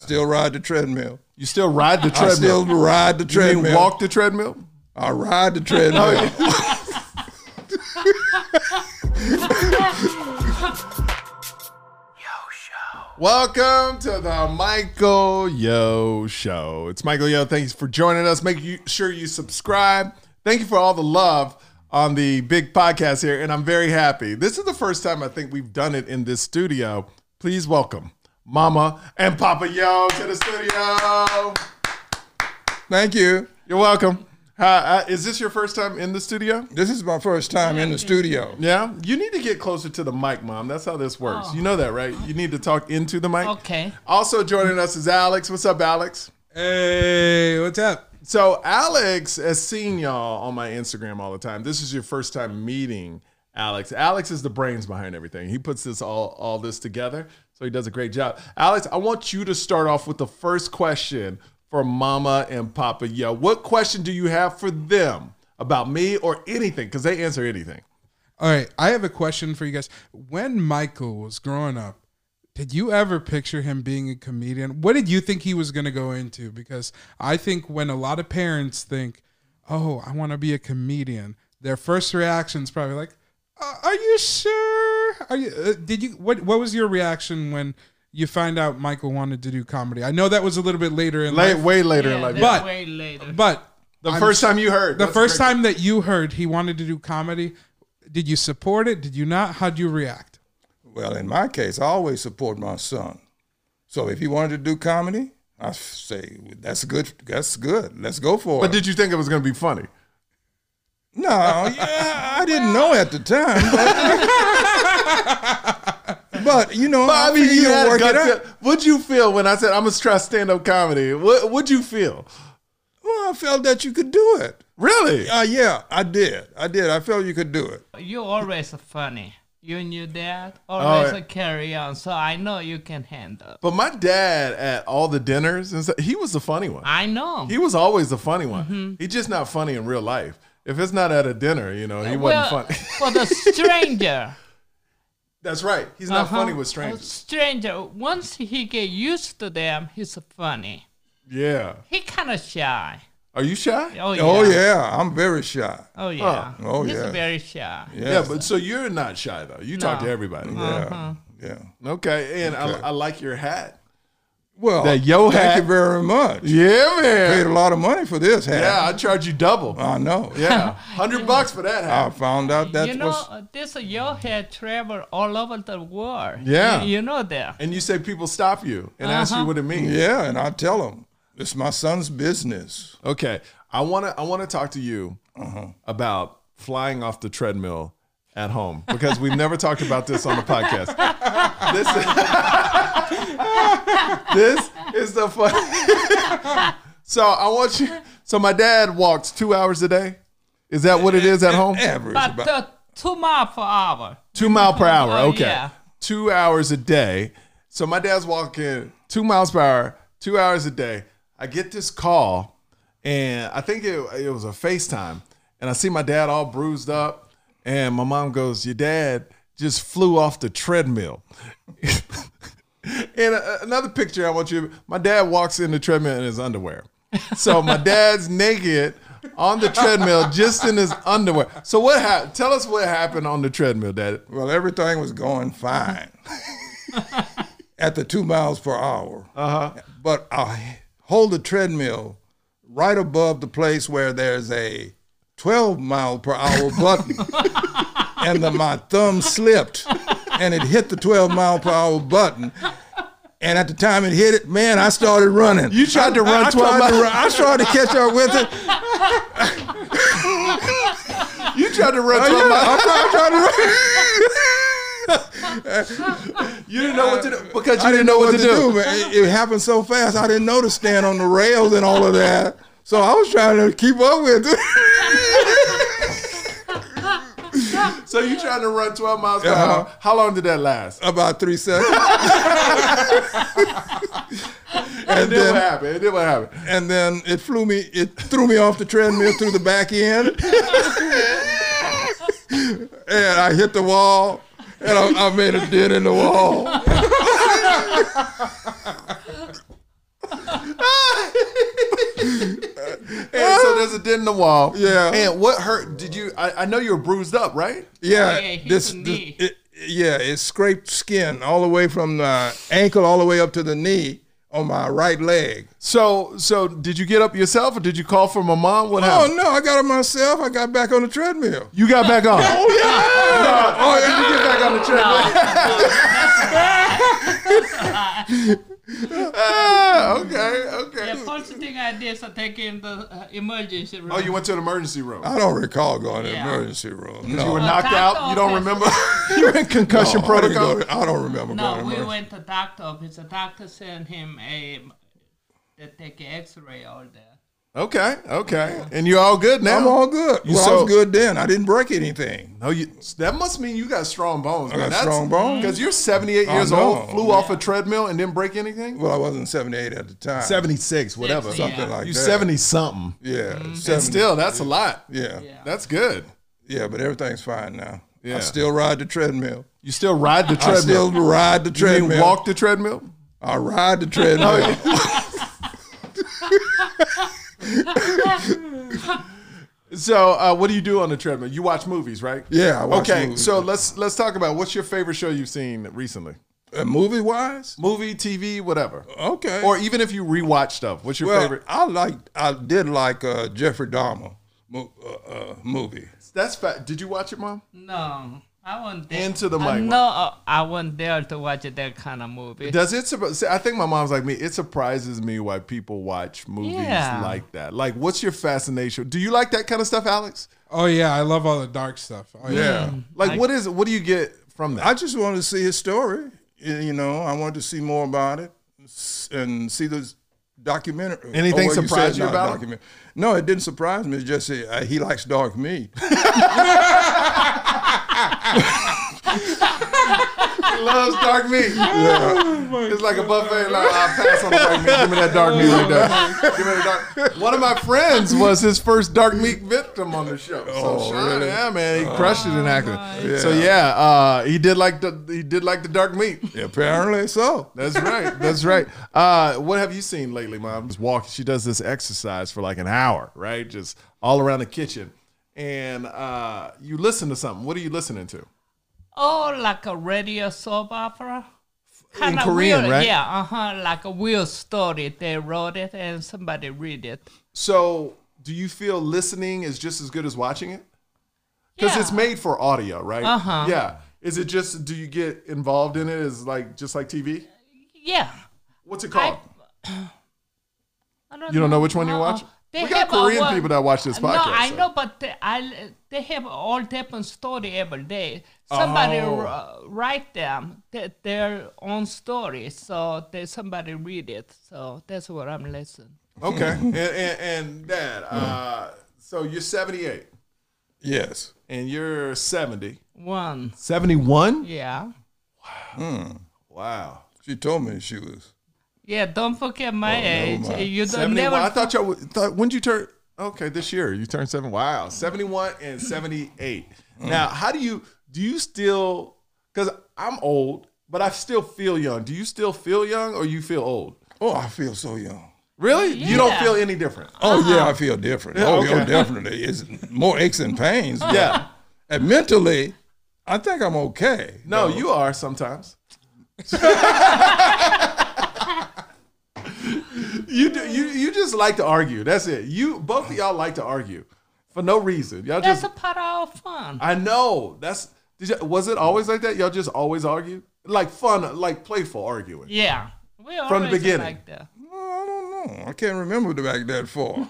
Still ride the treadmill. You still ride the I treadmill. still ride the you mean treadmill. walk Oh, the treadmill? I ride the treadmill. Welcome to the Michael Yo Show. It's Michael Yo. Thanks for joining us. Make you, sure you subscribe. Thank you for all the love on the big podcast here, and I'm very happy. This is the first time I think we've done it in this studio. Please welcome Mama and Papa Yo to the studio. Thank you. You're welcome. Hi, uh, is this your first time in the studio? This is my first time in the studio. Yeah, you need to get closer to the mic, Mom. That's how this works. You know that, right? You need to talk into the mic. Oh. Okay. Also joining us is Alex. What's up, Alex? Hey, what's up? So Alex has seen y'all on my Instagram all the time. This is your first time meeting Alex. Alex is the brains behind everything. He puts this all all this together, so he does a great job. Alex, I want you to start off with the first question for Mama and Papa Yo. What question do you have for them about me or anything? Because they answer anything. All right, I have a question for you guys. When Michael was growing up, did you ever picture him being a comedian? What did you think he was going to go into? Because I think when a lot of parents think, "Oh, I want to be a comedian," their first reaction is probably like, uh, "Are you sure? Are you? Uh, did you? What? What was your reaction when you find out Michael wanted to do comedy? I know that was a little bit later in Late, life, way later Yeah, in life. that's But- way later. but the I'm first time you heard. the That's first great. time that you heard he wanted to do comedy, did you support it? Did you not? How'd you react? Well, in my case, I always support my son. So if he wanted to do comedy, I f- say that's good. That's good. Let's go for But it. did you think it was going to be funny? no, yeah, I didn't know at the time. But, but, you know, But I mean, you you had a work it gut out. feel. What'd you feel when I said I'm gonna try stand up comedy? What What'd you feel? Well, I felt that you could do it. Really? Uh, yeah, I did. I did. I felt you could do it. you always funny. You knew that. Always Oh, yeah. a carry on. So I know you can handle. But my dad at all the dinners and stuff, he was the funny one. I know. He was always the funny one. He's just not funny in real life. If it's not at a dinner, you know, he wasn't Uh, Well, funny. for the stranger. That's right. He's not Uh-huh. funny with A strangers. stranger. Once he get used to them, he's funny. Yeah. He kind of shy. Are you shy? Oh yeah. Oh yeah, I'm very shy. Oh yeah. Oh, he's yeah. very shy. Yeah, but so you're not shy though. You talk No. to everybody. Yeah, yeah. Okay, and Okay. I, I like your hat. Well, That yo thank hat. you very much. Yeah, Paid man. a lot of money for this hat. Yeah, I charge you double. I know. Yeah, hundred bucks for that hat. I found out that you know, was this uh, your hair travel all over the world. Yeah. You, you know that. and you say people stop you and ask you what it means. yeah, and I tell them it's my son's business. Okay, I wanna I wanna talk to you about flying off the treadmill at home because we've never talked about this on the podcast. This this is the fun. so I want you. So my dad walks two hours a day. Is that what it is at home? Average, But about, the two mile per hour. Two mile per hour. Oh, okay. yeah. Two hours a day. So my dad's walking two miles per hour, two hours a day. I get this call, and I think it, it was a FaceTime, and I see my dad all bruised up, and my mom goes, "Your dad just flew off the treadmill." and uh, another picture I want you. My dad walks in the treadmill in his underwear. So my dad's naked on the treadmill, just in his underwear. So what happened? Tell us what happened on the treadmill, Dad. well, everything was going fine at the two miles per hour. Uh-huh. But I hold the treadmill right above the place where there's a 12 mile per hour button, and the, my thumb slipped, and it hit the 12 mile per hour button. And at the time it hit it, man, I started running. You tried to I- run I 12 tried miles. To run, I tried to catch up with it. You tried to run Oh, 12 yeah, miles. I tried- I tried to run. You didn't know Uh, what to do because you I didn't know what to do. man. It, it happened so fast. I didn't know to stand on the rails and all of that. So I was trying to keep up with it. So you trying to run 12 miles per hour. How long did that last? About three seconds. And and then what then happened? And then what happened? and then it flew me. It threw me off the treadmill through the back end, and I hit the wall. And I, I made a dent in the wall. And so there's a dent in the wall. Yeah. And what hurt? Did you? I, I know you were bruised up, right? Yeah, Oh, yeah, hit this, the this- knee. it, yeah, it scraped skin all the way from the ankle all the way up to the knee on my right leg. So, so did you get up yourself, or did you call for my mom? What Oh happened? no, I got it myself. I got back on the treadmill. You got back on. oh yeah. Oh yeah, You get back on the treadmill. Ah, okay. Okay. The first thing I did is I take him the uh, emergency room. Oh, you went to an emergency room. I don't recall going to the Yeah. emergency room. You were No, Oh, knocked doctor out. You don't office. remember. Oh, You're in concussion I didn't protocol. go to- I don't remember going No, to we emergency. went to doctor office. The doctor sent him a they take an X-ray all that. Okay. Okay. And you're all good now. I'm all good. You well, I so- was good then. I didn't break anything. No, you, that must mean you got strong bones. got strong bones. Because you're 78 years I know. old, flew off a treadmill and didn't break anything. Well, I wasn't 78 at the time. 76, whatever. Sixty, Something like you that. 70 something. Yeah. 70. And still, that's a lot. Yeah. yeah. Yeah. That's good. but everything's fine now. Yeah. I still ride the treadmill. You still ride the I still treadmill. ride the You treadmill. mean walk Oh, the treadmill? I ride the treadmill. So, uh, what do you do on the treadmill? You watch movies, right? yeah, I watch okay, movies. so let's let's talk about what's your favorite show you've seen recently? Uh, movie wise, Movie, TV, whatever. okay. Or even if you rewatch stuff, what's your well, favorite? I like I did like uh, Jeffrey Dahmer mo- uh, uh, movie. That's fat. Did you watch it, mom? No, I wasn't there. Into the I mic. know uh, I wasn't there to watch that kind of movie. Does it? surpri- See, I think my mom's like me. It surprises me why people watch movies Yeah. like that. Like, what's your fascination? Do you like that kind of stuff, Alex? Oh yeah, I love all the dark stuff. Hmm. Oh, Yeah. Like, what is? What do you get from that? I just wanted to see his story. y- You know, I wanted to see more about it s- and see this documentary. Anything well, said surprise you not about it? document- No, it didn't surprise me. It's just he, uh, he likes dark meat. He loves dark meat. Oh it's like a buffet. Like, I'll pass on the dark meat. Give me that dark meat right there. Give me the dark. One of my friends was his first dark meat victim on the show. So Sean, Oh, really? Oh yeah, man, he crushed it in acting. So yeah, uh, he did like the he did like the dark meat. Apparently so. That's right. That's right. Uh, what have you seen lately, Mom? Just walk. She does this exercise for like an hour, right? Just all around the kitchen, and uh, you listen to something. What are you listening to? Oh, like a radio soap opera. Kinda Korean, weird. right? Yeah, uh huh. Like a weird story. They wrote it and somebody read it. So, do you feel listening is just as good as watching it? Because it's Yeah. made for audio, right? Uh Uh-huh. Yeah. Is it just? Do you get involved in it? Is like just like TV? Yeah. What's it called? I don't you don't know which one you watch? Uh-uh. They We got have a Korean one- people that watch this podcast. No, I so- know, but they, I, they have all different story every day. Somebody wr- write them th- their own story, so they, somebody read it. So that's what I'm listening. Okay. and, and, and Dad, uh, Mm. so you're 78 Yes. and you're 70. One, 71? yeah, Wow. She told me she was. yeah. Don't forget my age. my. You don't 71. never. I thought y'all, would- thought, when did you turn? Okay, this year you turned seven. Wow. 71 and 78. Mm. Now, how do you, do you still, because I'm old, but I still feel young. Do you still feel young or you feel old? Oh, I feel so young. Really? You don't Yeah. feel any different. Oh yeah, I feel different. Oh, Uh-huh. okay. yeah, definitely. It's more aches and pains. but- Yeah. And mentally, I think I'm okay. No, you are sometimes. you do, you you just like to argue. That's it. You both of y'all like to argue for no reason. Y'all That's just a part of our fun. I know. That's did you, was it always like that? Y'all just always argue? Like fun, like playful arguing. yeah, we the always beginning. Like that. I don't know. I can't remember the back that far.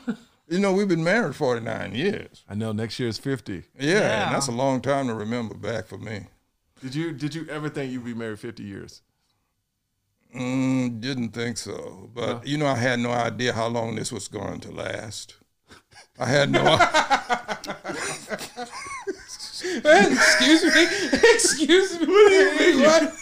you know, we've been married 49 years. I know next year is 50. Yeah, Yeah. and that's a long time to remember back for me. Did you did you ever think you'd be married 50 years? Mm, didn't think so. But, you know, I had no idea how long this was going to last. I had no idea. excuse me, excuse me. What do you mean? What?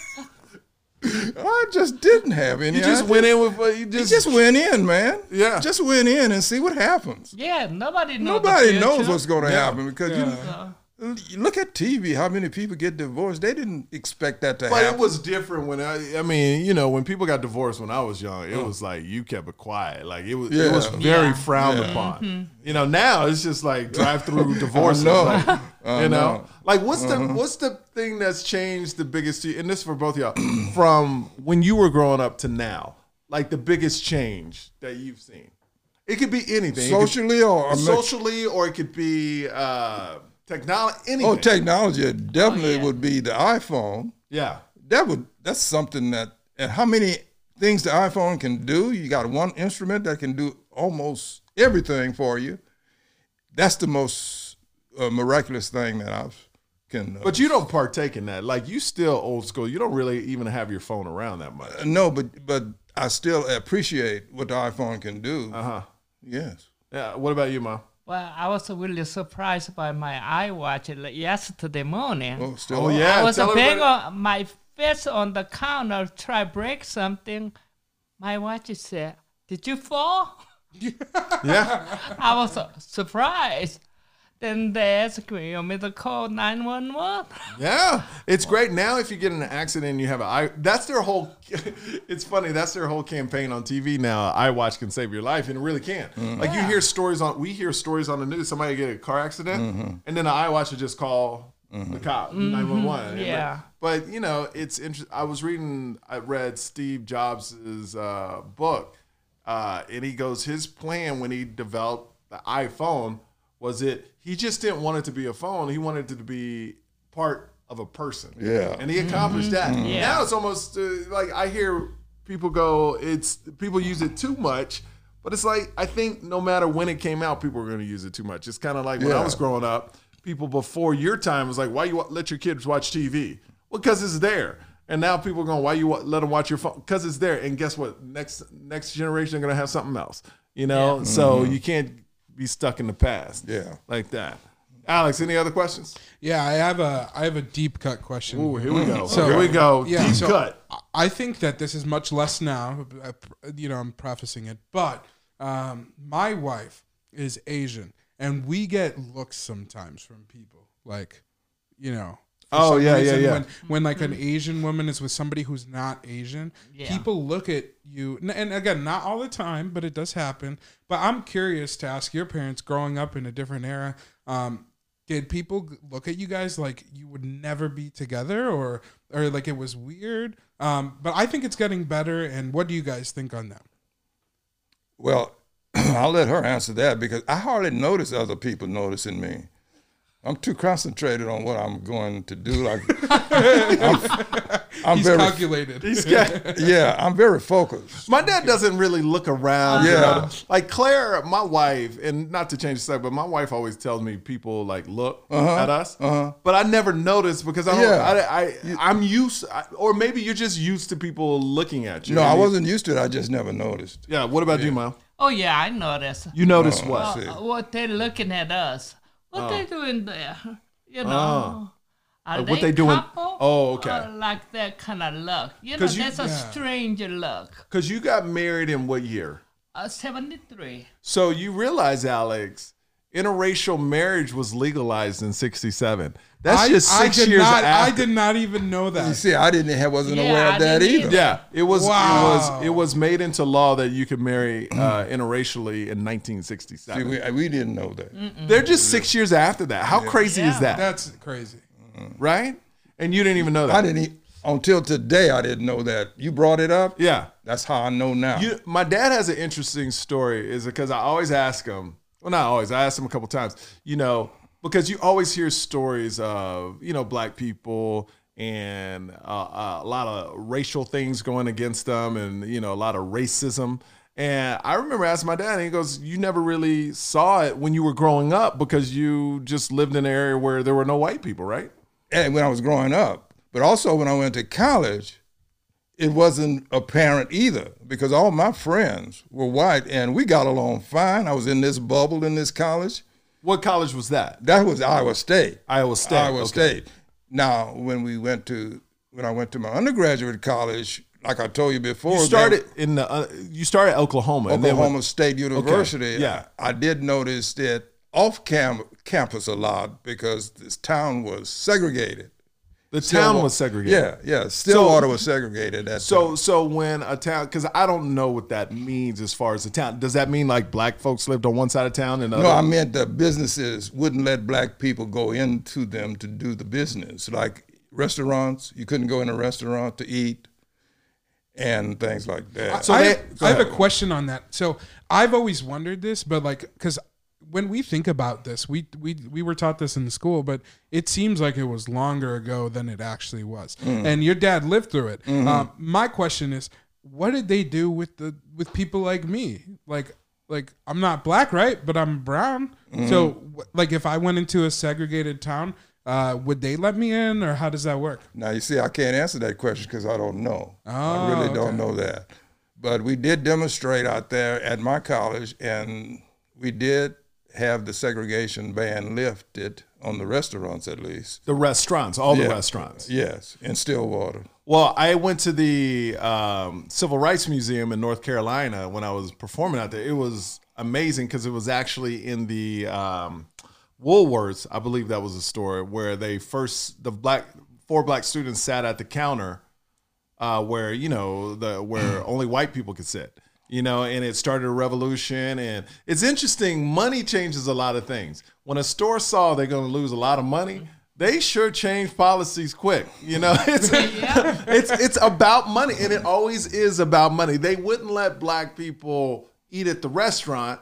I just didn't have any You just idea. went in with what you It just, just went in, man. Yeah. Just went in and see what happens. Yeah, nobody knows. Nobody knows what's going to happen because you know, L- Look at TV. How many people get divorced? They didn't expect that to But happen. it was different when I, I mean, you know, when people got divorced when I was young, it was like you kept it quiet. Like it was, it was Mm. Yeah. very Yeah. frowned Yeah. upon. You know, now it's just like drive through divorces. know. like, I you know, know. Uh-huh. like what's the what's the thing that's changed the biggest? To you, and this is for both of y'all from when you were growing up to now. Like the biggest change that you've seen. It could be anything. It could- socially or socially, or it could be uh, technology. Anything. oh, technology it definitely yeah. would be the iPhone. yeah. That would that's something that and how many things the iPhone can do? You got one instrument that can do almost everything for you. That's the most uh, miraculous thing that I've can. Uh, But you don't partake in that. Like you still old school. You don't really even have your phone around that much. no, but but I still appreciate what the iPhone can do. Uh-huh. Uh huh. Yes. Yeah. What about you, Mom? Well, I was really surprised by my iWatch like, yesterday morning. Oh, still. Oh, up. yeah. I was tell bang everybody- on my fist on the counter, try break something. My watch said, "Did you fall?" Yeah. I was uh, surprised. Then they asked me, "You mean to call nine one one?" Yeah. It's great now if you get in an accident and you have an eye. That's their whole. it's funny. That's their whole campaign on TV now. I watch can save your life, and it really can. Like you hear stories on. We hear stories on the news. Somebody get in a car accident, and then the I watch would just call the cop nine one one. Mm-hmm. Yeah. But you know, it's interesting. I was reading, I read Steve Jobs' uh, book, uh, and he goes, his plan when he developed the iPhone was it he just didn't want it to be a phone. He wanted it to be part of a person. Yeah. And he accomplished Mm-hmm. that. Yeah. Now it's almost uh, like I hear people go, it's people use it too much. But it's like I think no matter when it came out, people were going to use it too much. It's kind of like when I Yeah. was growing up, people before your time was like, why you wa- let your kids watch TV? Well, because it's there. And now people are going, why you wa- let them watch your phone? Because it's there. And guess what? Next next generation are going to have something else. You know, so Mm-hmm. you can't be stuck in the past. Yeah. like that. Alex, any other questions? Yeah, I have a I have a deep cut question. Ooh, here we go. Mm-hmm. So- here we go. Yeah, Deep so cut. I- I think that this is much less now. I pr- You know, I'm prefacing it, but um, my wife is Asian, and we get looks sometimes from people like, you know. for Oh, some yeah, yeah, yeah. When, when like an Asian woman is with somebody who's not Asian, Yeah. people look at you, n- and again, not all the time, but it does happen. But I'm curious to ask your parents, growing up in a different era, um, did people g- look at you guys like you would never be together, or or like it was weird? Um, but I think it's getting better. And what do you guys think on that? Well, I'll let her answer that because I hardly notice other people noticing me. I'm too concentrated on what I'm going to do. Like I'm, I'm He's very calculated. yeah, I'm very focused. My dad doesn't really look around. you Yeah. know. Like Claire, my wife, and not to change the subject, but my wife always tells me people like look at us, but I never notice because I don't. Yeah. I, I I'm used, I, or maybe you're just used to people looking at you. No, I And you- wasn't used to it. I just never noticed. Yeah. What about you, Mom? Oh yeah, I noticed. You notice what? see. Uh, what they looking at us? What they doing there? You know. Are Like, Oh. Uh, they what they doing- couple? Oh, okay. Uh, like that kind of look. You know, 'Cause you- that's a Yeah. strange look. Because you got married in what year? Uh, 73. So you realize, Alex, interracial marriage was legalized in '67. That's I, just I six did years not. after. I did not even know You that. see, I didn't have, wasn't Yeah, aware I of that didn't either. either. Yeah, it was. It Wow. was. It was made into law that you could marry uh, interracially in See, 1967. we, we didn't know that. They're just six years after that. How crazy is Yeah. that, That's crazy. Right? And you didn't even know that. I didn't e- until today. I didn't know that. You brought it up. Yeah. That's how I know now. You, my dad has an interesting story, is because I always ask him. Well, not always. I asked him a couple times. You know, because you always hear stories of you know black people and uh, uh, a lot of racial things going against them, and you know a lot of racism. And I remember asking my dad, and he goes, "You never really saw it when you were growing up because you just lived in an area where there were no white people, right?" and when I was growing up, but also when I went to college, it wasn't apparent either because all my friends were white and we got along fine. I was in this bubble in this college. What college was that? That was Iowa State. Iowa State. Iowa Okay. State. Now, when we went to when I went to my undergraduate college, like I told you before, You that- started in the uh, you started at Oklahoma. and then went- Oklahoma State University. yeah. I, I did notice that off cam- campus a lot because this town was segregated. The Stillwater- town was segregated. Yeah, yeah. Stillwater was segregated. At So so when a town because I don't know what that means as far as the town. Does that mean like black folks lived on one side of town and No, other? I meant the businesses wouldn't let black people go into them to do the business. Like restaurants, you couldn't go in a restaurant to eat and things like that. I, they- have, I have a question on that. So I've always wondered this, but like, because when we think about this, we we we were taught this in school, but it seems like it was longer ago than it actually was. And your dad lived through it. Um, my question is, what did they do with the with people like me? Like, like I'm not black, right? But I'm brown. So, wh- like, if I went into a segregated town. Uh, would they let me in, or how does that work? now, you see, I can't answer that question because I don't know. I Oh, really okay. don't know that. But we did demonstrate out there at my college, and we did have the segregation ban lifted on the restaurants, at least. The restaurants, all the Yeah. restaurants. Yes, in Stillwater. Well, I went to the um, Civil Rights Museum in North Carolina when I was performing out there. It was amazing because it was actually in the um, Woolworths, I believe that was a store where they first the black four black students sat at the counter uh, where you know the where only white people could sit. You know, and it started a revolution. And it's interesting. Money changes a lot of things. When a store saw they're going to lose a lot of money, they sure change policies quick. You know, it's it's it's about money, and it always is about money. They wouldn't let black people eat at the restaurant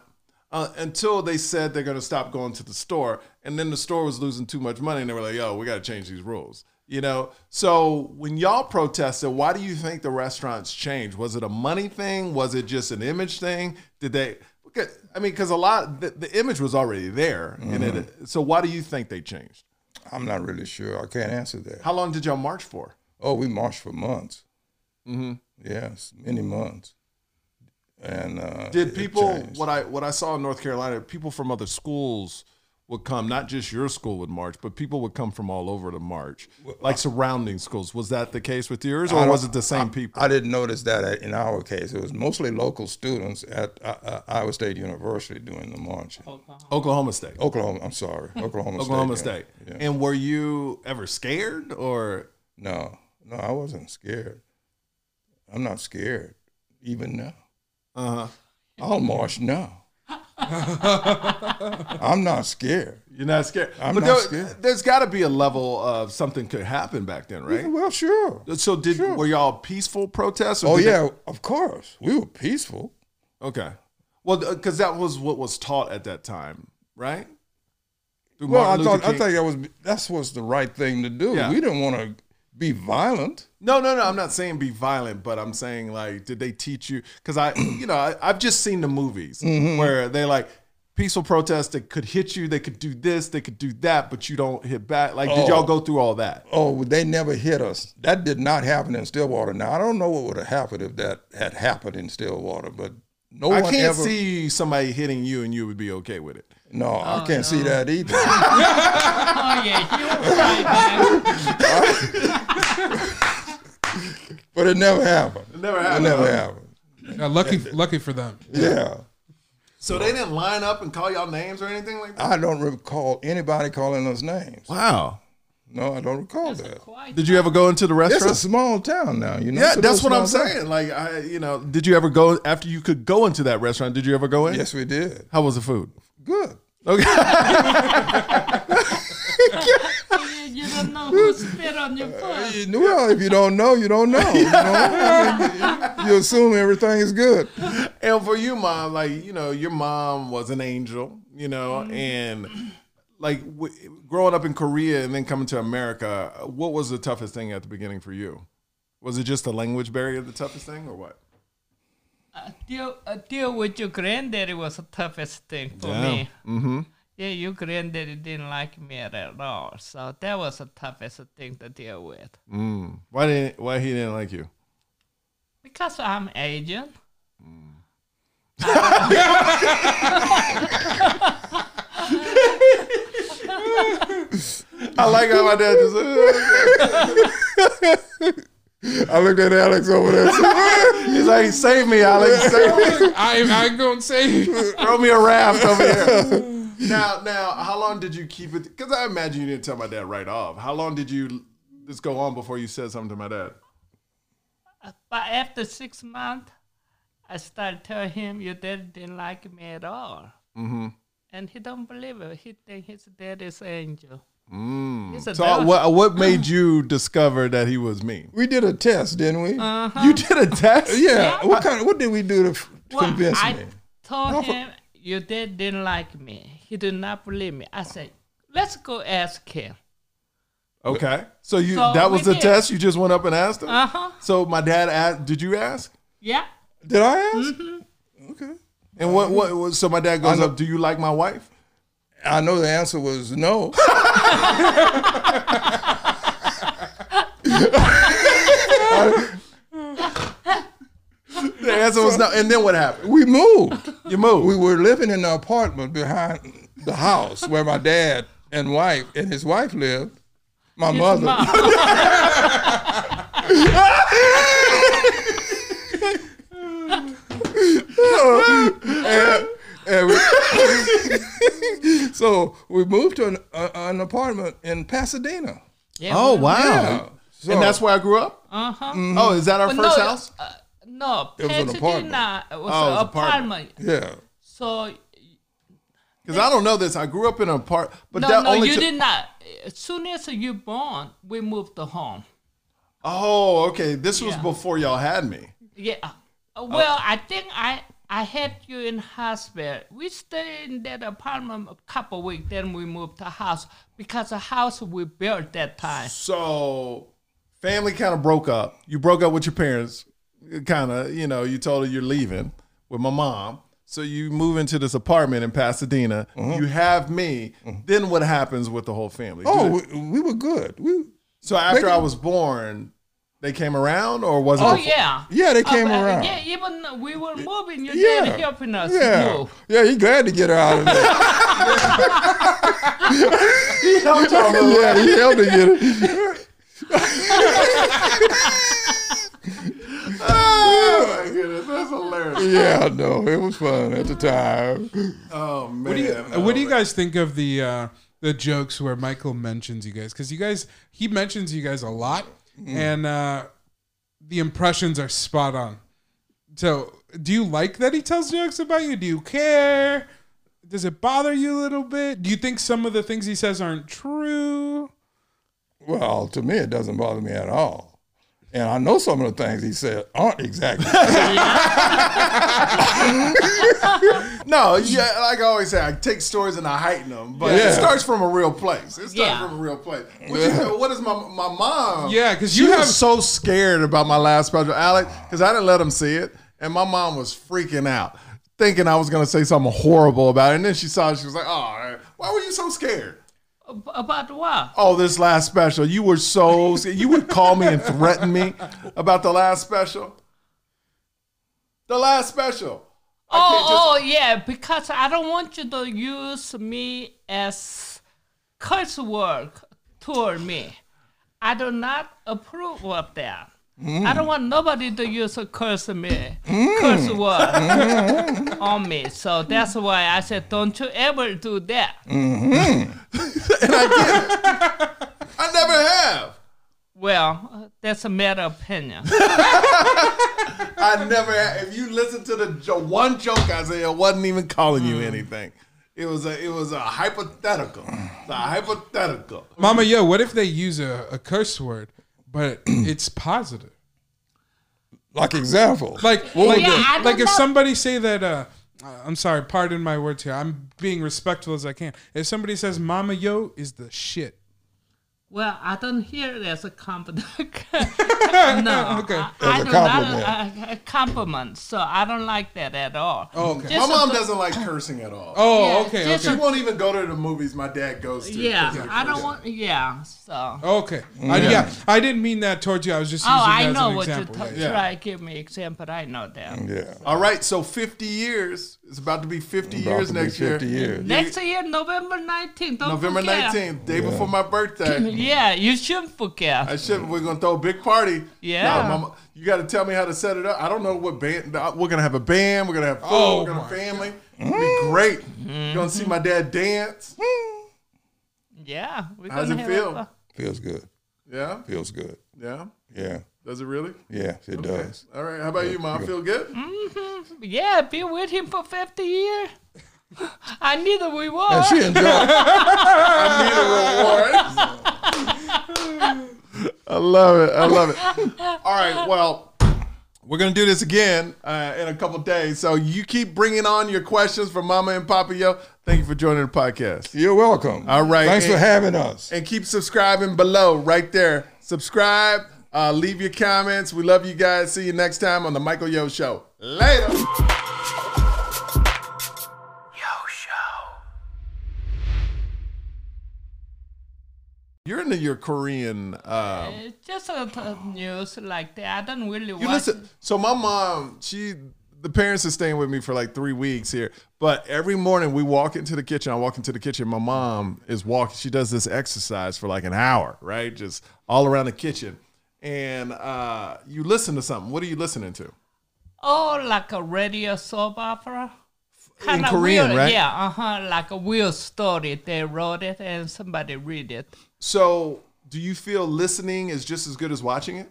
uh, until they said they're going to stop going to the store, and then the store was losing too much money, and they were like, "Yo, we got to change these rules." You know, so when y'all protested, why do you think the restaurants changed? Was it a money thing? Was it just an image thing? Did they? Because, I mean, because a lot the, the image was already there, and it, so why do you think they changed? I'm not really sure. I can't answer that. How long did y'all march for? Oh, we marched for months. Mm-hmm. Yes, many months. And uh, Did it people changed. what I what I saw in North Carolina? People from other schools would come, not just your school would march, but people would come from all over to march, uh, like surrounding schools. Was that the case with yours, or was it the same people? I didn't notice that in our case. It was mostly local students at uh, uh, Iowa State University doing the marching. Oklahoma State, Oklahoma, I'm sorry, Oklahoma. Oh. Hmm. Oklahoma State. State. yeah. Yeah. And were you ever scared, or No, no, I wasn't scared. I'm not scared, even now. uh, I'll march now. I'm not scared. you're not scared? I'm but not there, scared. There's got to be a level of something could happen back then, right? Well, Mm-hmm. sure. So did were y'all peaceful protests? Or Oh did they- yeah, of course. We were peaceful. okay. Well, because that was what was taught at that time, right? Through Well, Martin I Luther thought I King. think that was that's what's the right thing to do. Yeah. We didn't want to be violent. No, no, no. I'm not saying be violent, but I'm saying like, did they teach you? Because I, you know, I, I've just seen the movies Mm-hmm. where they like peaceful protests that could hit you, they could do this, they could do that, but you don't hit back. Like, did y'all go through all that? Oh, they never hit us. That did not happen in Stillwater. Now I don't know what would have happened if that had happened in Stillwater, but no I one can't ever. see somebody hitting you and you would be okay with it. no, I can't see that either. Oh yeah, you were right, man. but it never happened. It never happened, It never huh? happened. Uh, lucky, lucky for them. Yeah, So they didn't line up and call y'all names or anything like that. I don't recall anybody calling us names. Wow. No, I don't recall that. Quite. Did you ever go into the It's restaurant? a small town now, you know. yeah, It's a that's what little I'm small town. saying. Like, I, you know, did you ever go after you could go into that restaurant? Did you ever go in? Yes, we did. How was the food? Good. Okay. You- You don't know who spit on your foot. You know, Well, if you don't know, you don't know. You, know? I mean, you assume everything is good. and for you, mom, like you know, your mom was an angel, you know, and like w- growing up in Korea and then coming to America, what was the toughest thing at the beginning for you? Was it just the language barrier the toughest thing, or what? Uh, deal, uh, deal with your granddaddy was the toughest thing for me. Mm-hmm. Yeah, your granddaddy didn't like me at all, so that was the toughest thing to deal with. Why didn't why he didn't like you? Because I'm Asian. I like how my dad just. I looked at Alex over there. He's like, save me, Alex. Save me. I I gonna say Throw me a raft over here. now, now, how long did you keep it? Because I imagine you didn't tell my dad right off. How long did you this go on before you said something to my dad? But after six months, I started telling him your dad didn't like me at all. Mm-hmm. And he don't believe it. He think his dad is an angel. Mm. It's a So doubt. what, uh, what made you discover that he was mean? We did a test, didn't we? Uh, Uh-huh. You did a test? yeah. What kind of, what did we do to f- Well, convince I me? told No, for- him your dad didn't like me. He did not believe me. I said, let's go ask him. Okay. So you So that was we the did. test? You just went up and asked him? Uh huh. So my dad asked did you ask? Yeah. Did I ask? Mm-hmm. Okay. And what what was- so my dad goes know- up, Do you like my wife? I know the answer was no. The answer was no. And then what happened? We moved. You moved. We were living in the apartment behind the house where my dad and wife and his wife lived. My mother. Mom. And we- so we moved to an, uh, an apartment in Pasadena. Yeah, oh we- wow. So- and that's where I grew up? Uh-huh. Oh, is that our Well, first no, house? Uh, no, It was an apartment. Pasadena was Oh, it was an apartment. Yeah. So Because I don't know this. I grew up in an apart, but no, that no, only you took- did not. As soon as you born, we moved to home. Oh, okay. This was Yeah. before y'all had me. Yeah. Ah. Uh, Well, I think I I had you in hospital. We stayed in that apartment a couple weeks. Then we moved to house because the house we built that time. So, family kind of broke up. You broke up with your parents, kind of. You know, you told her you're leaving with my mom. So you move into this apartment in Pasadena. Mm-hmm. You have me. Then what happens with the whole family? Do Oh, they- we, we were good. We so after they- I was born, they came around, or was it? Oh before- yeah. yeah, they came Uh, uh, around. Yeah, even though we were moving, you Yeah. did helping us yeah. move. Yeah, he glad to get her out of there. You know what I'm talking about? yeah, he helped her get her. Oh my goodness, that's hilarious. Yeah, no, it was fun at the time. Oh man. What do you Uh, What do you guys think of the uh, the jokes where Michael mentions you guys? Because you guys, he mentions you guys a lot, and uh, the impressions are spot on. So, do you like that he tells jokes about you? Do you care? Does it bother you a little bit? Do you think some of the things he says aren't true? Well, to me, it doesn't bother me at all. And I know some of the things he said aren't exactly. No, yeah, like I always say, I take stories and I heighten them, but Yeah. it starts from a real place. It starts Yeah. from a real place. What, you know, what is my my mom? Yeah, 'cause she you was have- so scared about my last project, Alex, because I didn't let him see it, and my mom was freaking out, thinking I was gonna say something horrible about it, and then she saw it, she was like, "Oh, why were you so scared?" Ab- About what? Oh, this last special, you were so scared. you would call me and threaten me about the last special. The last special. Oh, can't just- oh, yeah, because I don't want you to use me as curse word toward me. I do not approve of that. I don't want nobody to use a curse me, curse word on me. So that's why I said, don't you ever do that. I never have. Well, that's a matter of opinion. I never. If you listen to the jo- one joke I said, it wasn't even calling Mm. you anything. It was a. It was a hypothetical. It's a hypothetical. Mama, yo, what if they use a, a curse word, but it's positive? like example. Like, Well, like, Yeah, I don't like if know. somebody say that, uh, I'm sorry, pardon my words here. I'm being respectful as I can. If somebody says "Mama Yo" is the shit, Well, I don't hear it as a compliment. no, I, I As a do compliment. not a, compliment. So I don't like that at all. Oh, okay. My Just mom a- doesn't like cursing at all. oh, Yeah, okay, just She okay, won't even go to the movies my dad goes to. 'cause Yeah, of I don't cursing. want. Yeah, so. Oh, okay. I, yeah, I didn't mean that towards you. I was just using that I as know an what you're example. talking. Yeah, yeah. Try to give me example. I know that. yeah. All right, so 50 years. It's about to be 50 About years to be next 50 year. years. Next year, November 19th. Don't November forget. 19th, day before my birthday. yeah, you shouldn't forget. I should. We're gonna throw a big party. Yeah. No, mama, you got to tell me how to set it up. I don't know what band. no, We're gonna have a band. We're gonna have food. Oh, we're gonna have my Mm. Mm-hmm. family. It'll be great. You're gonna see my dad dance. Yeah. We're How's it gonna have a feel? fa- Feels good. Yeah. Feels good. Yeah. Yeah. Does it really? Yeah, it does. All right. How about you, mom? Feel good? Yeah, be with him for 50 years. I neither we were. And she enjoyed. I love it. I love it. All right. Well, we're gonna do this again uh, in a couple days. So you keep bringing on your questions for Mama and Papa Yo. Thank you for joining the podcast. You're welcome. All right, Thanks for and- having us. and keep subscribing below right there. Subscribe, uh, leave your comments. We love you guys. See you next time on the Michael Yo Show. Later. You're into your Korean. Um, It's just a, a news like that. I don't really you watch. listen. So my mom, she, the parents are staying with me for like three weeks here. But every morning we walk into the kitchen. I walk into the kitchen. My mom is walking. She does this exercise for like an hour, right? Just all around the kitchen. And uh, you listen to something. What are you listening to? Oh, like a radio soap opera. Kinda Korean, weird. right? Yeah, uh huh. Like a weird story. They wrote it and somebody read it. So do you feel listening is just as good as watching it?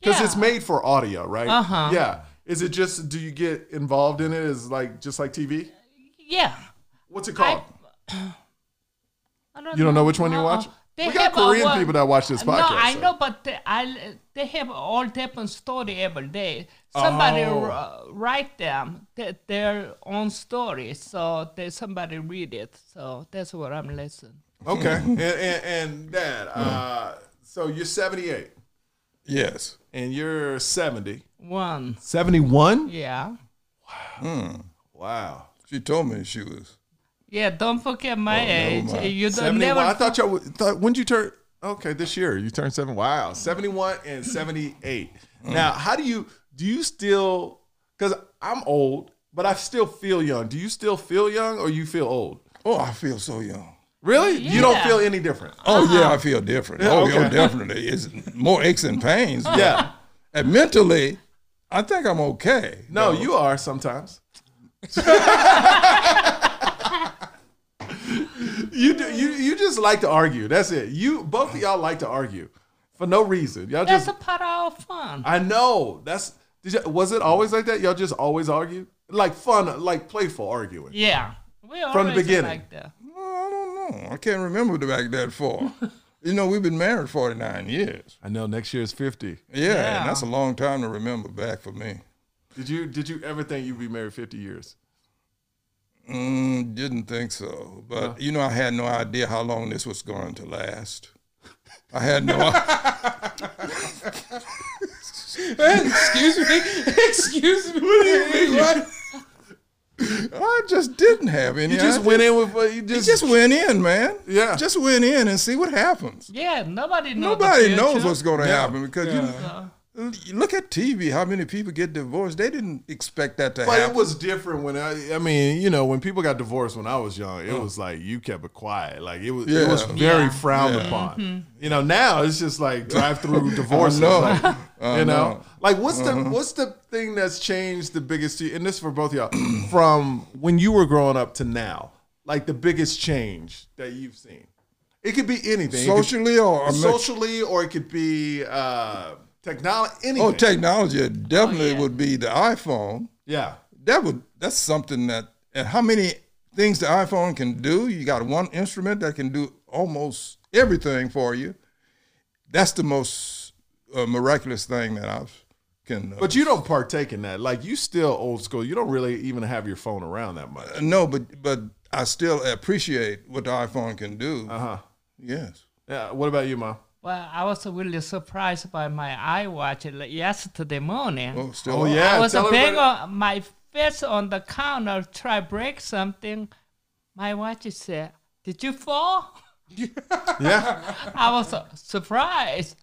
Because it's Yeah. made for audio, right? Uh-huh. Yeah. Is it just? Do you get involved in it? Is like just like TV? Yeah. What's it called? I don't Uh-uh. You don't know which one you watch? They We got have a Korean one- people that watch this podcast, No, I so. know, but they, I, they have all different story every day. Somebody Oh. wr- write them th- their own story, so they, somebody read it. So that's what I'm listening. Okay. and, and, and Dad, uh, so you're 78 Yes. and you're 70. One, 71? yeah, Wow. She told me she was. yeah. Don't forget Oh, my age. mind. You don't 71. never. I thought y'all, would- thought, when'd you turn? Okay, this year you turned seven. Wow. 71 and 78. Now, how do you, do you still, because I'm old, but I still feel young. Do you still feel young or you feel old? Oh, I feel so young. Really? You don't Yeah. feel any different. Oh yeah, I feel different. Uh-huh. Yeah, oh, okay. yeah, definitely. It's more aches and pains. but- Yeah. And mentally, I think I'm okay. No, you are sometimes. you do, you you just like to argue. That's it. You both of y'all like to argue for no reason. Y'all that's just a part of our fun. I know. That's did you, was it always like that? Y'all just always argue? Like fun, like playful arguing. yeah, we the always beginning. Like that. Oh, I don't know. I can't remember the back that far. you know, we've been married 49 years. I know next year is 50. Yeah, Yeah. and that's a long time to remember back for me. Did you did you ever think you'd be married 50 years? Mm, didn't think so. But, you know, I had no idea how long this was going to last. I had no idea. Excuse me. Excuse me. What do you mean? I just didn't have any You just idea. went in with what you It just, just went in, man. Yeah. Just went in and see what happens. Yeah, nobody knows. Nobody the knows future. what's going to happen because you, you look at TV, how many people get divorced. They didn't expect that to But happen. it was different when I, I mean, you know, when people got divorced when I was young, it was like you kept it quiet. Like it was, it was Uh-huh. Yeah. very Yeah. frowned Yeah. upon. You know, now it's just like drive through divorce. know. Uh-huh. you know, like what's the what's the thing that's changed the biggest to you? And this is for both of y'all from when you were growing up to now, like the biggest change that you've seen. It could be anything It could- socially or, or socially, or it could be uh, technology. Anything. Oh, technology definitely Oh, yeah. would be the iPhone. yeah. That would that's something that and how many things the iPhone can do. You got one instrument that can do almost everything for you. That's the most uh, miraculous thing that I've can. Uh, But you don't partake in that. Like you still old school. You don't really even have your phone around that much. no, but but I still appreciate what the iPhone can do. Uh Uh-huh. huh. Yes. Yeah. What about you, mom? Well, I was really surprised by my iWatch like, yesterday morning. Oh, still. Oh up. yeah. I was a tell bang everybody- on my fist on the counter, try break something. My watch said, "Did you fall?" Yeah. I was uh, surprised.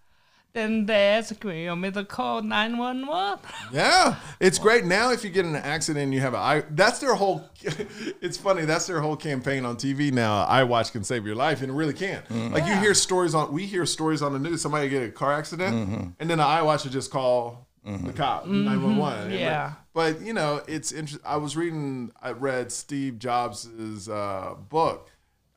Then they ask me, you want me to call 911? Yeah, it's great now. If you get in an accident, and you have an eye. That's their whole. it's funny. That's their whole campaign on TV now. I watch can save your life, and it really can. Mm-hmm. Like you hear stories on. We hear stories on the news. Somebody get in a car accident, Mm-hmm. and then the I watch would just call the cop nine one one. Yeah. But you know, it's interesting. I was reading. I read Steve Jobs's uh, book,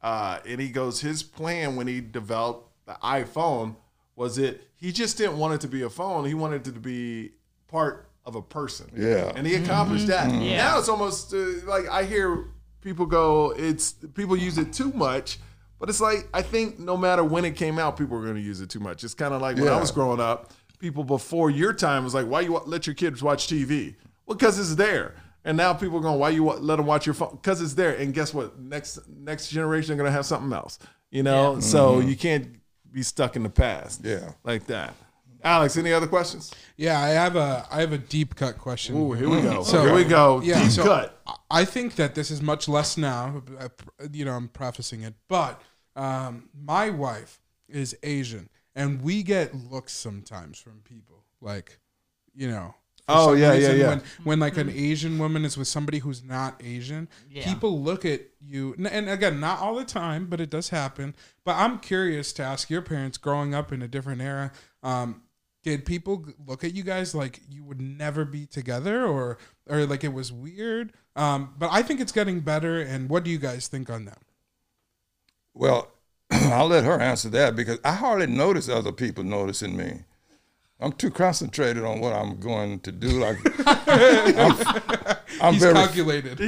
uh, and he goes his plan when he developed the iPhone was it he just didn't want it to be a phone. He wanted it to be part of a person. Yeah. And he accomplished that. Yeah. Now it's almost uh, like I hear people go, it's people use it too much. But it's like I think no matter when it came out, people were going to use it too much. It's kind of like when I Yeah. was growing up, people before your time was like, why you wa- let your kids watch TV? Well, because it's there. And now people are going, why you wa- let them watch your phone? Because it's there. And guess what? Next next generation are going to have something else. You know, so you can't be stuck in the past. Yeah. like that. Alex, any other questions? Yeah, I have a I have a deep cut question. Ooh, here we go. So- here we go. Yeah, Deep so cut. I- I think that this is much less now. I pr- You know, I'm prefacing it, but um, my wife is Asian, and we get looks sometimes from people like, you know. for Oh, some yeah, yeah, yeah. When, when like an Asian woman is with somebody who's not Asian, Yeah. people look at you, n- and again, not all the time, but it does happen. But I'm curious to ask your parents, growing up in a different era, um, did people g- look at you guys like you would never be together, or or like it was weird? Um, but I think it's getting better. And what do you guys think on that? Well, I'll let her answer that because I hardly notice other people noticing me. I'm too concentrated on what I'm going to do. Like I'm, I'm He's very calculated.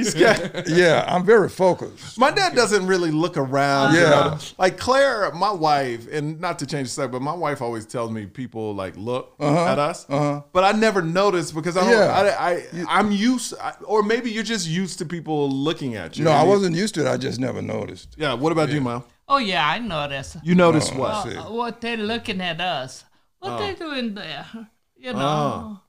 yeah, I'm very focused. My dad doesn't really look around. you Yeah. know. Like Claire, my wife, and not to change the subject, but my wife always tells me people like look at us. But I never notice because I don't, Yeah. I, I, I'm used, I, or maybe you're just used to people looking at you. No, And I you- wasn't used to it. I just never noticed. Yeah. What about you, Mom? Oh, yeah, I noticed. You noticed Oh, what? I see. Uh, what they're looking at us. What they doing there? You know.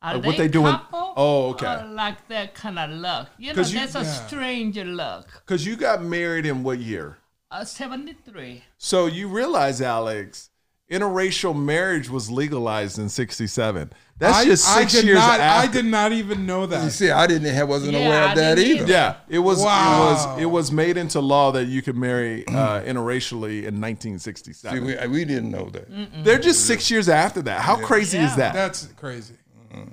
Are Like, Oh. they Uh, what they doing- couple? Oh, okay. Or like that kind of look. You know, 'Cause you- that's a Yeah. strange look. Because you got married in what year? Uh, 73. So you realize, Alex, interracial marriage was legalized in '67. That's I, just I six did years not. after. I did not even know You that. see, I didn't have, wasn't Yeah, aware I of that didn't either. either. Yeah, it was. It Wow. was. It was made into law that you could marry uh, interracially in See, 1967. we, we didn't know that. They're just six years after that. How crazy is Yeah. that, That's crazy.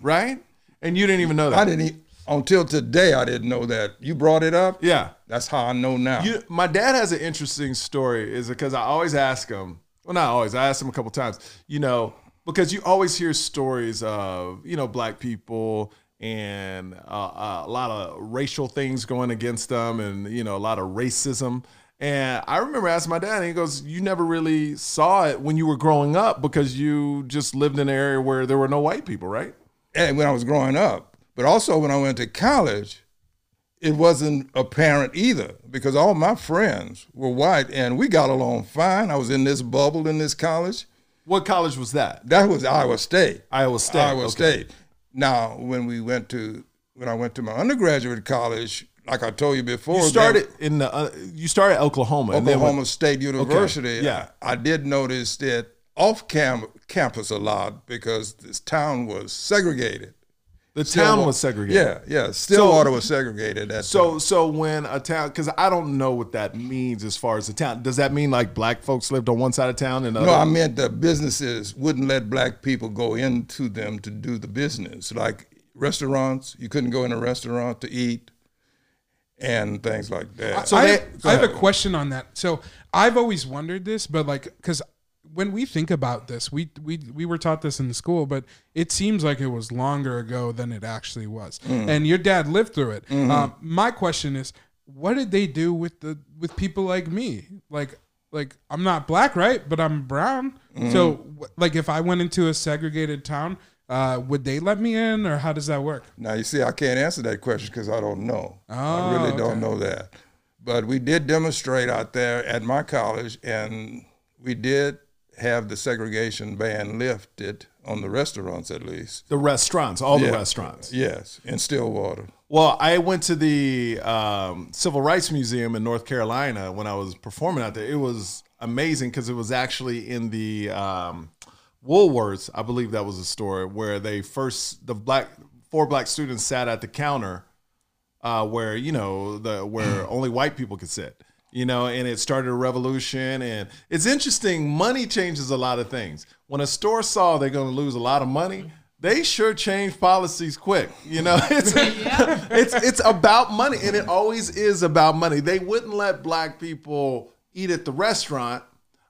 Right? And you didn't even know that. I didn't e- until today. I didn't know that. You brought it up. Yeah. That's how I know now. You, my dad has an interesting story, is because I always ask him. Well, not always. I asked him a couple times. You know, because you always hear stories of you know black people and uh, uh, a lot of racial things going against them, and you know a lot of racism. And I remember asking my dad, and he goes, "You never really saw it when you were growing up because you just lived in an area where there were no white people, right?" and when I was growing up, but also when I went to college, it wasn't apparent either because all my friends were white and we got along fine. I was in this bubble in this college. What college was that? That was Iowa State. Iowa State. Iowa Okay. State. Now, when we went to when I went to my undergraduate college, like I told you before, You that- started in the uh, you started at Oklahoma. and then went- Oklahoma State University. yeah. I did notice that off cam- campus a lot because this town was segregated. the town Stillwa- was segregated. Yeah, yeah. Stillwater was segregated. At So so when a town because I don't know what that means as far as the town. Does that mean like black folks lived on one side of town and no, I other? meant the businesses wouldn't let black people go into them to do the business. Like restaurants, you couldn't go in a restaurant to eat, and things like that. I, they- have, I have a question on that. So I've always wondered this, but like, because when we think about this, we we we were taught this in school, but it seems like it was longer ago than it actually was. And your dad lived through it. Um, my question is, what did they do with the with people like me? Like, like I'm not black, right? But I'm brown. So, wh- like, if I went into a segregated town. Uh, would they let me in, or how does that work? Now you see, I can't answer that question because I don't know. I Oh, really don't know that. But we did demonstrate out there at my college, and we did have the segregation ban lifted on the restaurants, at least. The restaurants, all the Yeah. restaurants. Yes, in Stillwater. Well, I went to the um, Civil Rights Museum in North Carolina when I was performing out there. It was amazing because it was actually in the um, Woolworths, I believe that was a story where they first the black four black students sat at the counter uh, where you know the where only white people could sit. You know, and it started a revolution. And it's interesting. Money changes a lot of things. When a store saw they're going to lose a lot of money, they sure change policies quick. You know, it's it's it's about money, and it always is about money. They wouldn't let black people eat at the restaurant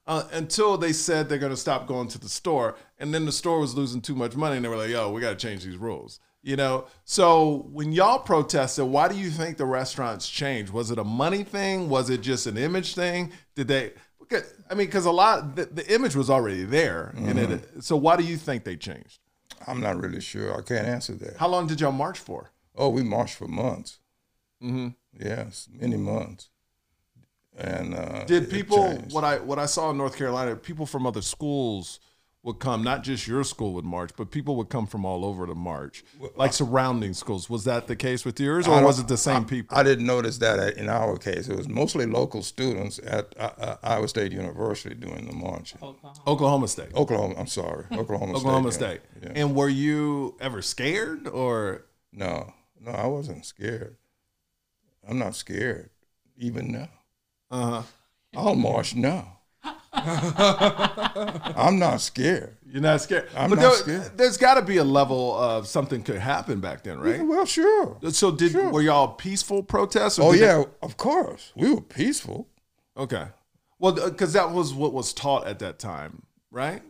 uh, until they said they're going to stop going to the store. And then the store was losing too much money, and they were like, yo, we got to change these rules. You know, so when y'all protested, why do you think the restaurants changed? Was it a money thing? Was it just an image thing? Did they? Because, I mean, because a lot the, the image was already there, and it, so why do you think they changed? I'm not really sure. I can't answer that. How long did y'all march for? Oh, we marched for months. Mm-hmm. Yes, many months. And uh, Did it people changed. what I what I saw in North Carolina? People from other schools would come, not just your school would march, but people would come from all over to march, like surrounding schools. Was that the case with yours, or was it the same people? I didn't notice that in our case. It was mostly local students at uh, uh, Iowa State University doing the marching. Oklahoma State, Oklahoma, I'm sorry, Oklahoma. Oklahoma State. State. yeah. Yeah. And were you ever scared, or No, no, I wasn't scared. I'm not scared, even now. uh, I'll march now. I'm not scared. you're not scared? I'm but not there, scared. There's got to be a level of something could happen back then, right? Well, Mm-hmm. sure. So did were y'all peaceful protests? Or Oh did they- yeah, of course. We were peaceful. Okay. Well, because that was what was taught at that time, right?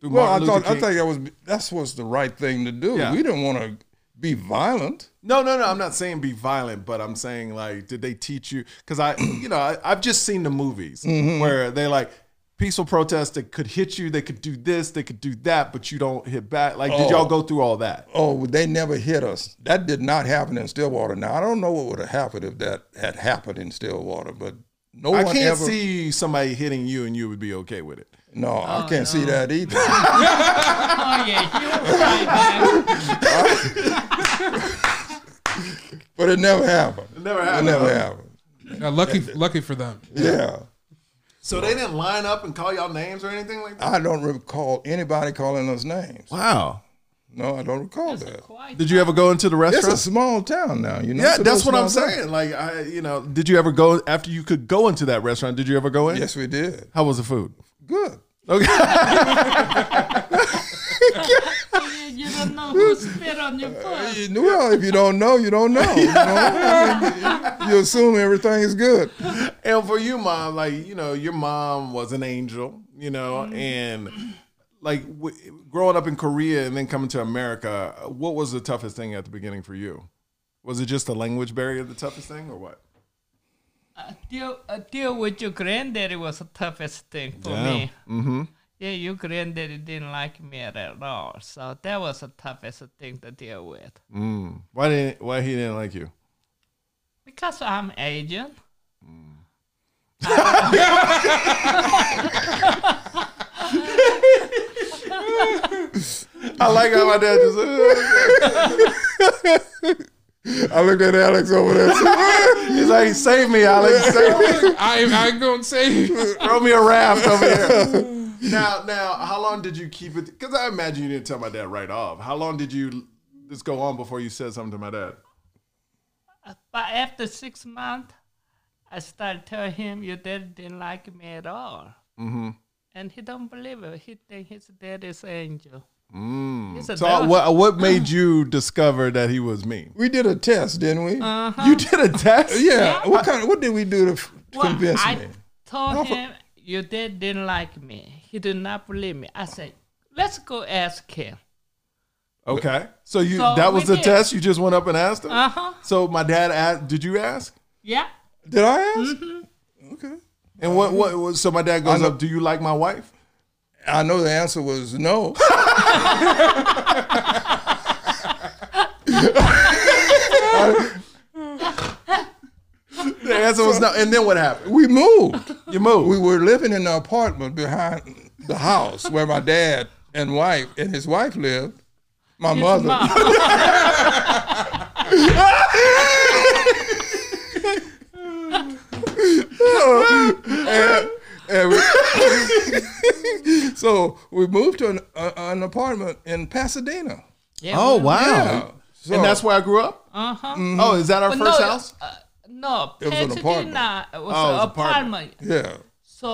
Through Well, Martin I thought Luther I King- think that was that's what's the right thing to do. Yeah. We didn't want to be violent. No, no, no. I'm not saying be violent, but I'm saying like, did they teach you? Because I, you know, I, I've just seen the movies Mm-hmm. where they like peaceful protests that could hit you, they could do this, they could do that, but you don't hit back. Like, did y'all go through all that? Oh, they never hit us. That did not happen in Stillwater. Now I don't know what would have happened if that had happened in Stillwater, but no I one can't ever. see somebody hitting you and you would be okay with it. no, I can't see that either. Oh yeah, you were right, man. but it never happened. It never It happened, never huh? happened. Yeah, Uh, lucky, lucky for them. Yeah. So they didn't line up and call y'all names or anything like that. I don't recall anybody calling us names. Wow. No, I don't recall that. Quite. Did you ever go into the It's restaurant? a small town now, you know. Yeah, It's a that's little what I'm small town. saying. Like, I, you know, did you ever go after you could go into that restaurant? Did you ever go in? Yes, we did. How was the food? Good. Okay. You don't know who spit on your foot. Well, if you don't know, you don't know. You, know? I mean, you assume everything is good. and for you, mom, like, you know, your mom was an angel, you know, and like w- growing up in Korea and then coming to America, what was the toughest thing at the beginning for you? Was it just the language barrier the toughest thing or what? Uh, deal, uh, deal with your granddaddy was the toughest thing for me. Mm-hmm. Yeah, your granddaddy didn't like me at all, so that was the toughest thing to deal with. Why didn't why he didn't like you? Because I'm Asian. I like how my dad just I looked at Alex over there. He's like, save me, Alex, save me. I, I gonna say Throw me a raft over here. now, now, how long did you keep it? Because I imagine you didn't tell my dad right off. How long did you this go on before you said something to my dad? But after six months, I started telling him your dad didn't like me at all. Mm-hmm. And he don't believe it. He think his dad is angel. Mm. He's a So, devil. what what made you discover that he was mean? We did a test, didn't we? Uh, You did a test. yeah. What kind? Of, what did we do to f- Well, convince I me? told him your dad didn't like me. He did not believe me. I said, let's go ask him. Okay. So Uh-huh. you So that was we the did. test. You just went up and asked him. Uh huh. So my dad asked. Did you ask? Yeah. Did I ask? Mm-hmm. Okay. And what what was- so my dad goes know- up. Do you like my wife? I know the answer was no. The answer was no. And then what happened? We moved. You moved. We were living in the apartment behind the house where my dad and wife and his wife lived. My mother. Mom. And we- so we moved to an, uh, an apartment in Pasadena. Yeah, Oh we- wow! Yeah. So- and that's where I grew up. Uh-huh. Oh, is that our But first no, house? Uh, no, It was an apartment. Pasadena was Oh, it was an an apartment. apartment. Yeah. So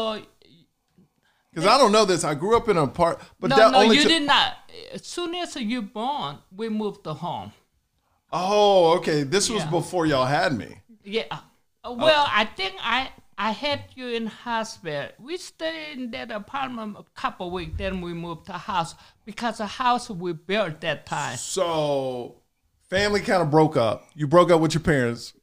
Because I don't know this. I grew up in an apart, but no, that no, only you took- did not. As soon as you born, we moved to home. Oh, okay. This was Yeah. before y'all had me. Yeah. Ah. Uh, Well, I think I I had you in hospital. We stayed in that apartment a couple weeks. Then we moved to house because the house we built that time. So, family kind of broke up. You broke up with your parents,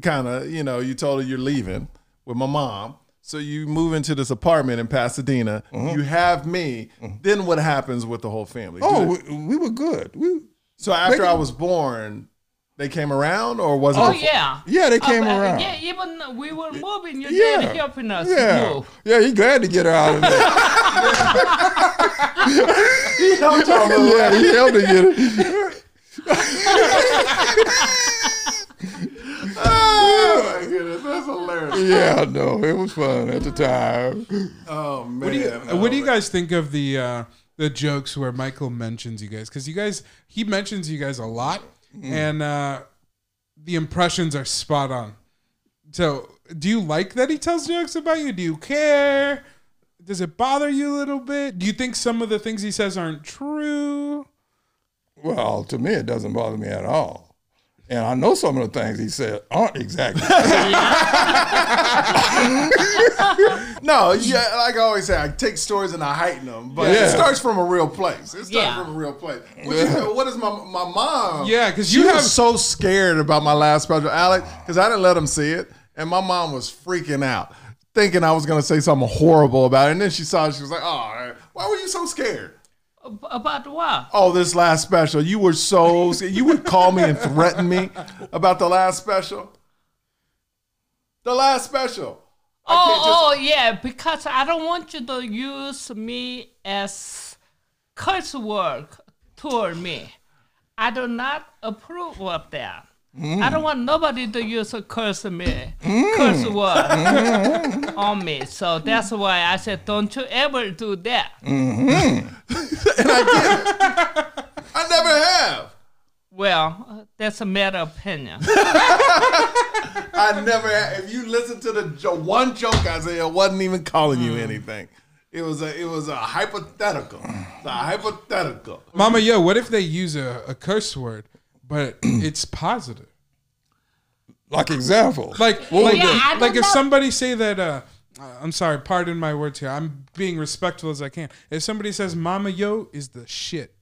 kind of. You know, you told her you're leaving with my mom. So you move into this apartment in Pasadena. Mm-hmm. You have me. Then what happens with the whole family? Do Oh, they- we, we were good. We so after they- I was born, they came around, or was it? Oh before- yeah. yeah, they came Uh, uh, around. Yeah, even though we were moving, you Yeah. did helping us yeah, move. yeah. He glad to get her out of there. You know what I'm talking about? yeah, he helped her get it. Oh my goodness, that's hilarious. Yeah, no, it was fun at the time. Oh man. What do you What do you guys think of the uh, the jokes where Michael mentions you guys? Because you guys, he mentions you guys a lot, and uh, the impressions are spot on. So, do you like that he tells jokes about you? Do you care? Does it bother you a little bit? Do you think some of the things he says aren't true? Well, to me, it doesn't bother me at all. And I know some of the things he said aren't exactly. No, yeah, like I always say, I take stories and I heighten them, but Yeah. it starts from a real place. It starts Yeah. from a real place. What, you know, what is my my mom? Yeah, 'cause she you was have- so scared about my last project, Alec, because I didn't let him see it, and my mom was freaking out, thinking I was gonna say something horrible about it, and then she saw it, she was like, "Oh, why were you so scared?" Ab- About what? Oh, this last special, you were so scared. you would call me and threaten me about the last special. The last special. Oh, can't just- oh, yeah, because I don't want you to use me as curse word toward me. I do not approve of that. Hmm. I don't want nobody to use a curse me, curse word Hmm. on me. So that's why I said, don't you ever do that. Hmm. I never have. Well, that's a matter of opinion. I never. If you listen to the jo- one joke I said, I wasn't even calling Hmm. you anything. It was a it was a hypothetical. It's a hypothetical. Mama, yo, what if they use a, a curse word, but it's positive? like example. Like, Well, like, Yeah, I don't like if know. somebody say that, uh, I'm sorry, pardon my words here. I'm being respectful as I can. If somebody says "Mama Yo" is the shit,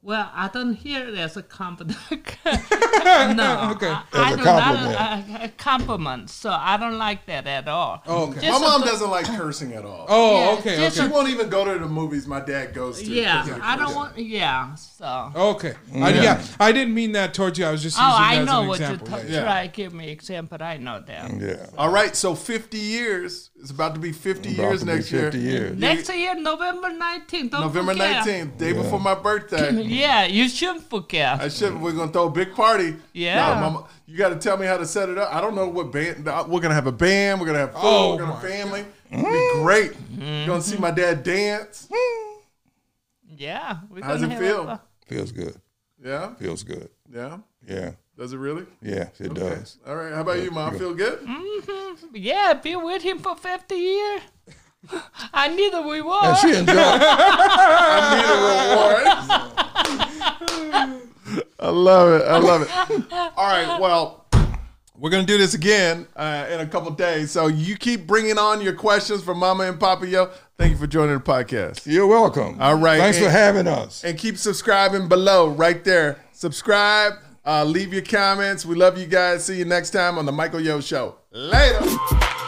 Well, I don't hear it as a compliment. no, I, I As a do compliment. not a compliment. So I don't like that at all. Oh, okay. My mom doesn't like cursing at all. Oh, Yeah, okay, just She okay, won't even go to the movies my dad goes to. 'cause Yeah, of the I don't cursing. want. Yeah, so. Oh, okay. I, yeah, I didn't mean that towards you. I was just using that I as know an what you're example. talking. yeah. yeah. Try to give me example. I know that. yeah. All right, so 50 years. It's about to be 50 About years to be next 50 year. years. Next year, November 19th. Don't November forget. 19th, day before my birthday. Yeah, you shouldn't forget. I should. We're gonna throw a big party. Yeah. No, mama, you got to tell me how to set it up. I don't know what band. uh, We're gonna have a band. We're gonna have food. Oh, we're gonna have my Mm-hmm. family. It'll be great. You're gonna see my dad dance. yeah. We're How's gonna it have a- feel? Feels good. Yeah. Feels good. Yeah. Yeah. Does it really? Yeah, it does. All right. How about you, mom? Feel good? Mm-hmm. Yeah, be with him for 50 years. I knew that we were. And she enjoyed. I love it. I love it. All right. Well, we're gonna do this again uh, in a couple days. So you keep bringing on your questions for Mama and Papa Yo. Thank you for joining the podcast. You're welcome. All right, Thanks for and- having us. and keep subscribing below right there. Subscribe, uh, leave your comments. We love you guys. See you next time on the Michael Yo Show. Later.